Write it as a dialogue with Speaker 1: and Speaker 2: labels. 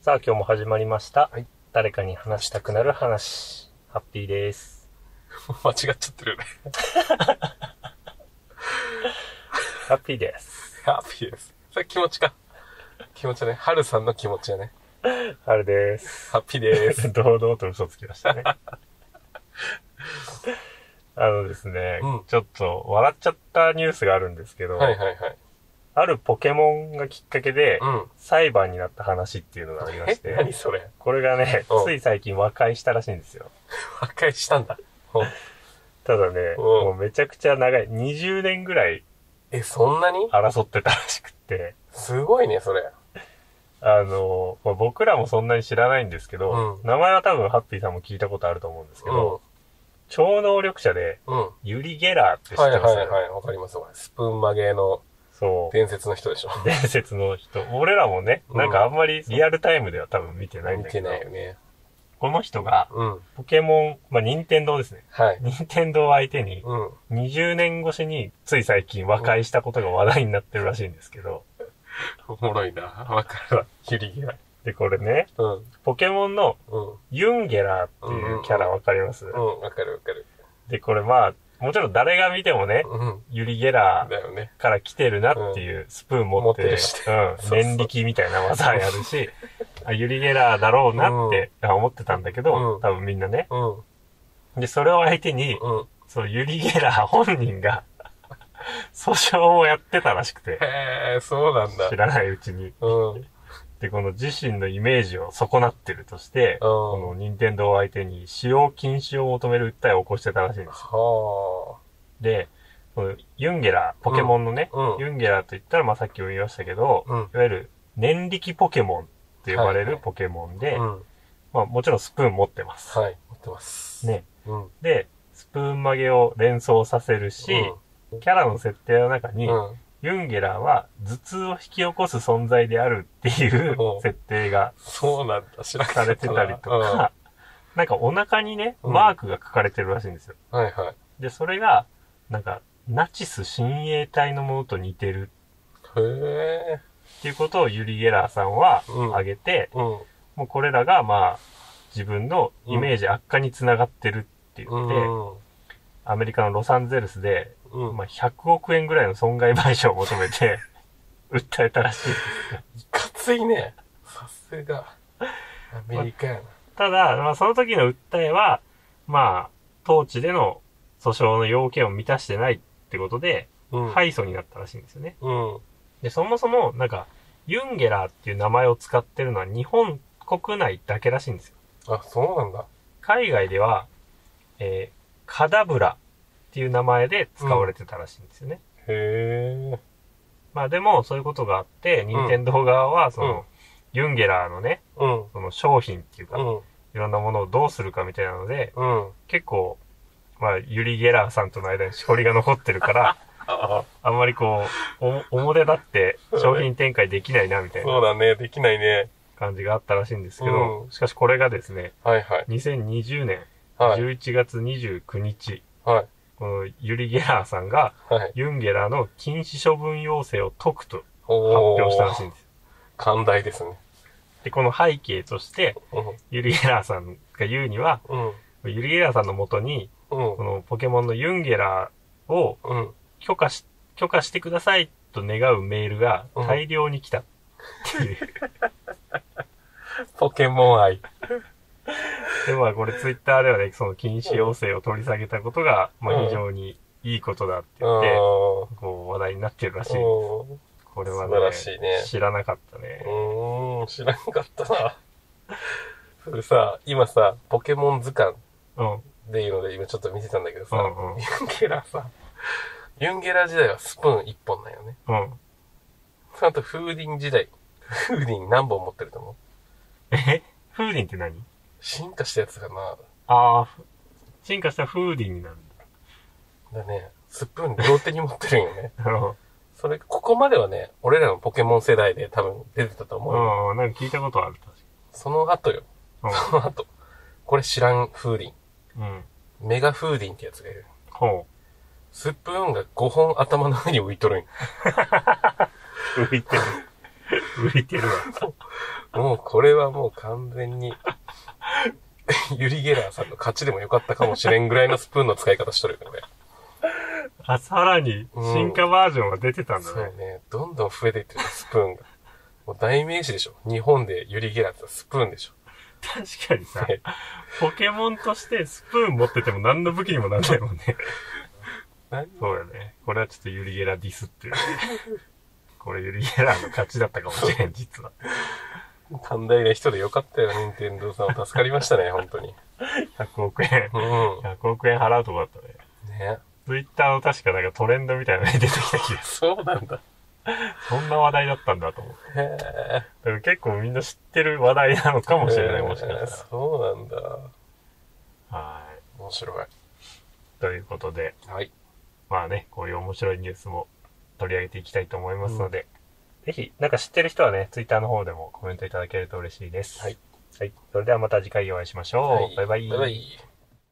Speaker 1: さあ、今日も始まりました。
Speaker 2: はい
Speaker 1: 誰かに話したくなる話。ハッピーです。
Speaker 2: 間違っちゃってるよね。
Speaker 1: ハッピーです。
Speaker 2: ハッピーです。それ気持ちか。気持ちね。春さんの気持ちやね。
Speaker 1: あれです。
Speaker 2: ハッピー で す。
Speaker 1: 堂々と嘘つきま したね。あのですね、
Speaker 2: うん
Speaker 1: ちょっと笑っちゃったニュースがあるんですけど、
Speaker 2: はいはいはい。
Speaker 1: あるポケモンがきっかけで、
Speaker 2: うん。
Speaker 1: 裁判になった話っていうのがありまし
Speaker 2: え何
Speaker 1: て、
Speaker 2: それ
Speaker 1: これがね
Speaker 2: う、ん
Speaker 1: つい最近和解したらしいんですよ。
Speaker 2: 和解したんだ。うん
Speaker 1: ただね、
Speaker 2: うん
Speaker 1: もうめちゃくちゃ長い、20年ぐらい
Speaker 2: え、そんなに
Speaker 1: 争ってたらしくって、
Speaker 2: すごいね、それ。
Speaker 1: あの、まあ僕らもそんなに知らないんですけど、
Speaker 2: う
Speaker 1: 名前は多分ハッピーさんも聞いたことあると思うんですけ
Speaker 2: う
Speaker 1: ど、
Speaker 2: ん。
Speaker 1: 超能力者で
Speaker 2: うん。は
Speaker 1: ユリ・ゲラーって知
Speaker 2: い
Speaker 1: ってます、
Speaker 2: はいはい。わかりますわ。スプーン曲げの
Speaker 1: そう。
Speaker 2: 伝説の人でしょ。
Speaker 1: 伝説の人。俺らもね、
Speaker 2: うん
Speaker 1: なんかあんまりリアルタイムでは多分見てないん
Speaker 2: 見
Speaker 1: だけ
Speaker 2: て
Speaker 1: ど、
Speaker 2: ないよね。
Speaker 1: この人が
Speaker 2: うん。
Speaker 1: ポケモン、まあ、任天堂ですね。
Speaker 2: はい。
Speaker 1: 任天堂を相手に
Speaker 2: うん。
Speaker 1: 20年越しについ最近和解したことが話題になってるらしいんですけど、
Speaker 2: おもろいな。わかるわ。ゆりげない。
Speaker 1: で、これね、
Speaker 2: うん。
Speaker 1: ポケモンの
Speaker 2: うん。
Speaker 1: ユンゲラーっていうキャラわかります、
Speaker 2: うん。わかるわかる。
Speaker 1: で、これまあ、もちろん誰が見てもね、
Speaker 2: うん。
Speaker 1: ユリ・ゲラ
Speaker 2: だよね。
Speaker 1: ーから来てるなっていうスプーン持って、
Speaker 2: 持って
Speaker 1: うん
Speaker 2: るし、そうそう
Speaker 1: 念力みたいな技やるし、あユリ・ゲラーだろうなってあ思ってたんだけど、
Speaker 2: うん
Speaker 1: 多分みんなね。
Speaker 2: うん。
Speaker 1: で、それを相手に、
Speaker 2: うん。
Speaker 1: そのユリ・ゲラー本人が訴訟をやってたらしくて、
Speaker 2: へえ、そうなんだ
Speaker 1: 知。らないうちに。
Speaker 2: うん。うん。
Speaker 1: で、この自身のイメージを損なってるとして、この任天堂を相手に使用禁止を求める訴えを起こしてたらしいんです。
Speaker 2: は
Speaker 1: で、このユンゲラー、ポケモンのね、
Speaker 2: うんうん
Speaker 1: ユンゲラーと言ったら、まあさっきも言いましたけど、
Speaker 2: あ。うん。
Speaker 1: いわゆる念力ポケモンって呼ばれ
Speaker 2: はい
Speaker 1: る
Speaker 2: はい
Speaker 1: ポケモンで、
Speaker 2: うん。
Speaker 1: まあもちろんスプーン持ってます。
Speaker 2: はい。持ってます。。
Speaker 1: ね。
Speaker 2: うん。
Speaker 1: で、スプーン曲げを連想させるし、キャラの設定の中
Speaker 2: う
Speaker 1: に、
Speaker 2: ん。
Speaker 1: ユンゲラーは頭痛を引き起こす存在であるっていう
Speaker 2: うん
Speaker 1: 設定が
Speaker 2: そうなんだ。知らなか
Speaker 1: さ
Speaker 2: っ
Speaker 1: れてたりとか、なんかお腹にね、
Speaker 2: うん
Speaker 1: マークが書かれてるらしいんですよ。
Speaker 2: な。うん。はいはい。
Speaker 1: で、それが、なんか、ナチス親衛隊のものと似てる
Speaker 2: へえ。
Speaker 1: っていうことをユリ・ゲラーさんは
Speaker 2: うん
Speaker 1: 挙げて、
Speaker 2: うん。
Speaker 1: もうこれらがまあ自分のイメージ悪化につながってるって言
Speaker 2: う
Speaker 1: って、
Speaker 2: ん。
Speaker 1: アメリカのロサンゼルスで、
Speaker 2: うん。
Speaker 1: まあ、100億円ぐらいの損害賠償を求めて 訴えたらしい。
Speaker 2: いかついね。さすが。アメリカや
Speaker 1: ただ、まあ、その時の訴えは、まあ、当地での訴訟の要件を満たしてないってことで、
Speaker 2: な。うん。い。
Speaker 1: 敗訴になったらしいんですよね。
Speaker 2: うん。
Speaker 1: で、そもそも、なんか、ユンゲラーっていう名前を使ってるのは日本国内だけらしいんですよ。
Speaker 2: あ、そうなんだ。
Speaker 1: 海外では、えーカダブラっていう名前で使われてたらしいんですよね。
Speaker 2: へえ。
Speaker 1: まあでも、そういうことがあって、任天堂側は、その、
Speaker 2: うん
Speaker 1: ユンゲラーのね、
Speaker 2: うん。
Speaker 1: その商品っていうか、
Speaker 2: う
Speaker 1: い
Speaker 2: ん。
Speaker 1: ろんなものをどうするかみたいなので、
Speaker 2: うん。
Speaker 1: 結構、まあ、ユリ・ゲラーさんとの間にしこりが残ってるから、
Speaker 2: ああ、
Speaker 1: あんまりこう、お表立って商品展開できないな、みたいな
Speaker 2: そうだね。できないね。
Speaker 1: 感じがあったらしいんですけど、
Speaker 2: うん
Speaker 1: しかしこれがですね、
Speaker 2: はいはい。
Speaker 1: 2020年
Speaker 2: はい。
Speaker 1: 11月29日、
Speaker 2: はい。
Speaker 1: このユリ・ゲラーさんが
Speaker 2: はい。
Speaker 1: ユンゲラーの禁止処分要請を解くと発
Speaker 2: お
Speaker 1: 表したらしいんです。
Speaker 2: 寛大ですね。
Speaker 1: で、この背景として、ユリ・ゲラーさんが言うには、
Speaker 2: うん。
Speaker 1: ユリ・ゲラーさんのもとに、
Speaker 2: うん。
Speaker 1: このポケモンのユンゲラーを
Speaker 2: うん。うん。
Speaker 1: 許可し、許可してくださいと願うメールが大量に来たっていう。
Speaker 2: ポケモン愛。
Speaker 1: で、まあこれツイッターではね、その禁止要請を取り下げたことが、ま
Speaker 2: う
Speaker 1: あ
Speaker 2: ん
Speaker 1: 非常にいいことだって
Speaker 2: う
Speaker 1: 言って、
Speaker 2: ん。
Speaker 1: こう話題になってるらしい。
Speaker 2: う
Speaker 1: これは
Speaker 2: 素晴らしい
Speaker 1: ね
Speaker 2: ね、
Speaker 1: 知らなかったね。
Speaker 2: ーん、知らんかったな。それさ、今さ、ポケモン図鑑
Speaker 1: うん。うん
Speaker 2: でいうので今ちょっと見てたんだけどさ、
Speaker 1: うんうん
Speaker 2: ユンゲラさ、ユンゲラ時代はスプーン1本なんよね。。その後、フーディン時代。フーディン何本持ってると思う
Speaker 1: え風鈴って何
Speaker 2: 進化したやつかな
Speaker 1: ああ、ふ進化した風鈴になるん
Speaker 2: だね、スプーン両手に持ってるんよね。
Speaker 1: だ。う
Speaker 2: それ、ここまではね、俺らのポケモン世代で多分出てたと思うよ。
Speaker 1: ん。うん。なんか聞いたことある、
Speaker 2: その後よ。
Speaker 1: 確か
Speaker 2: その後。これ知らんフーディン。
Speaker 1: に。うん。うん。
Speaker 2: メガフーディンってやつがいる。
Speaker 1: ほ
Speaker 2: スプーンが5本頭の上に浮いとるんよ。
Speaker 1: う。浮いてる。浮いてるわ。
Speaker 2: もうこれはもう完全に ユリ・ゲラーさんの勝ちでもよかったかもしれんぐらいのスプーンの使い方しとるよね、これ。
Speaker 1: あ、さらに、進化バージョンが出てたんだ
Speaker 2: そう
Speaker 1: ね。
Speaker 2: ね。どんどん増えていってるスプーンが。もう代名詞でしょ。日本でユリ・ゲラーって言ったらスプーンでしょ。
Speaker 1: 確かにさ
Speaker 2: ね、
Speaker 1: ポケモンとしてスプーン持ってても何の武器にもなんないもんね。
Speaker 2: 何
Speaker 1: そうよね。これはちょっとユリゲラディスってる ね。これユリゲラの勝ちだったかもしれん、実は。
Speaker 2: 寛大な人でよかったよ、任天堂さんは助かりました ね、本当に。
Speaker 1: 100億円。
Speaker 2: うん。
Speaker 1: 100億円払うとこだったね。
Speaker 2: ね。
Speaker 1: ツイッターの確かなんかトレンドみたいなのに出てきた気がす
Speaker 2: そうなんだ。
Speaker 1: る。そんな話題だったんだと思う。
Speaker 2: へえ。
Speaker 1: だから結構みんな知ってる話題なのかもしれない、もしかしたら。
Speaker 2: そうなんだ。
Speaker 1: は
Speaker 2: 面白い。
Speaker 1: い。ということで、
Speaker 2: はい。
Speaker 1: まあね、こういう面白いニュースも取り上げていきたいと思いますので、ぜひ、なんか知ってる人はね、ツイッターの方でもコメントいただけると嬉しいです。
Speaker 2: はい。
Speaker 1: はい。それではまた次回お会いしましょう。バイバイ。
Speaker 2: バイバイ。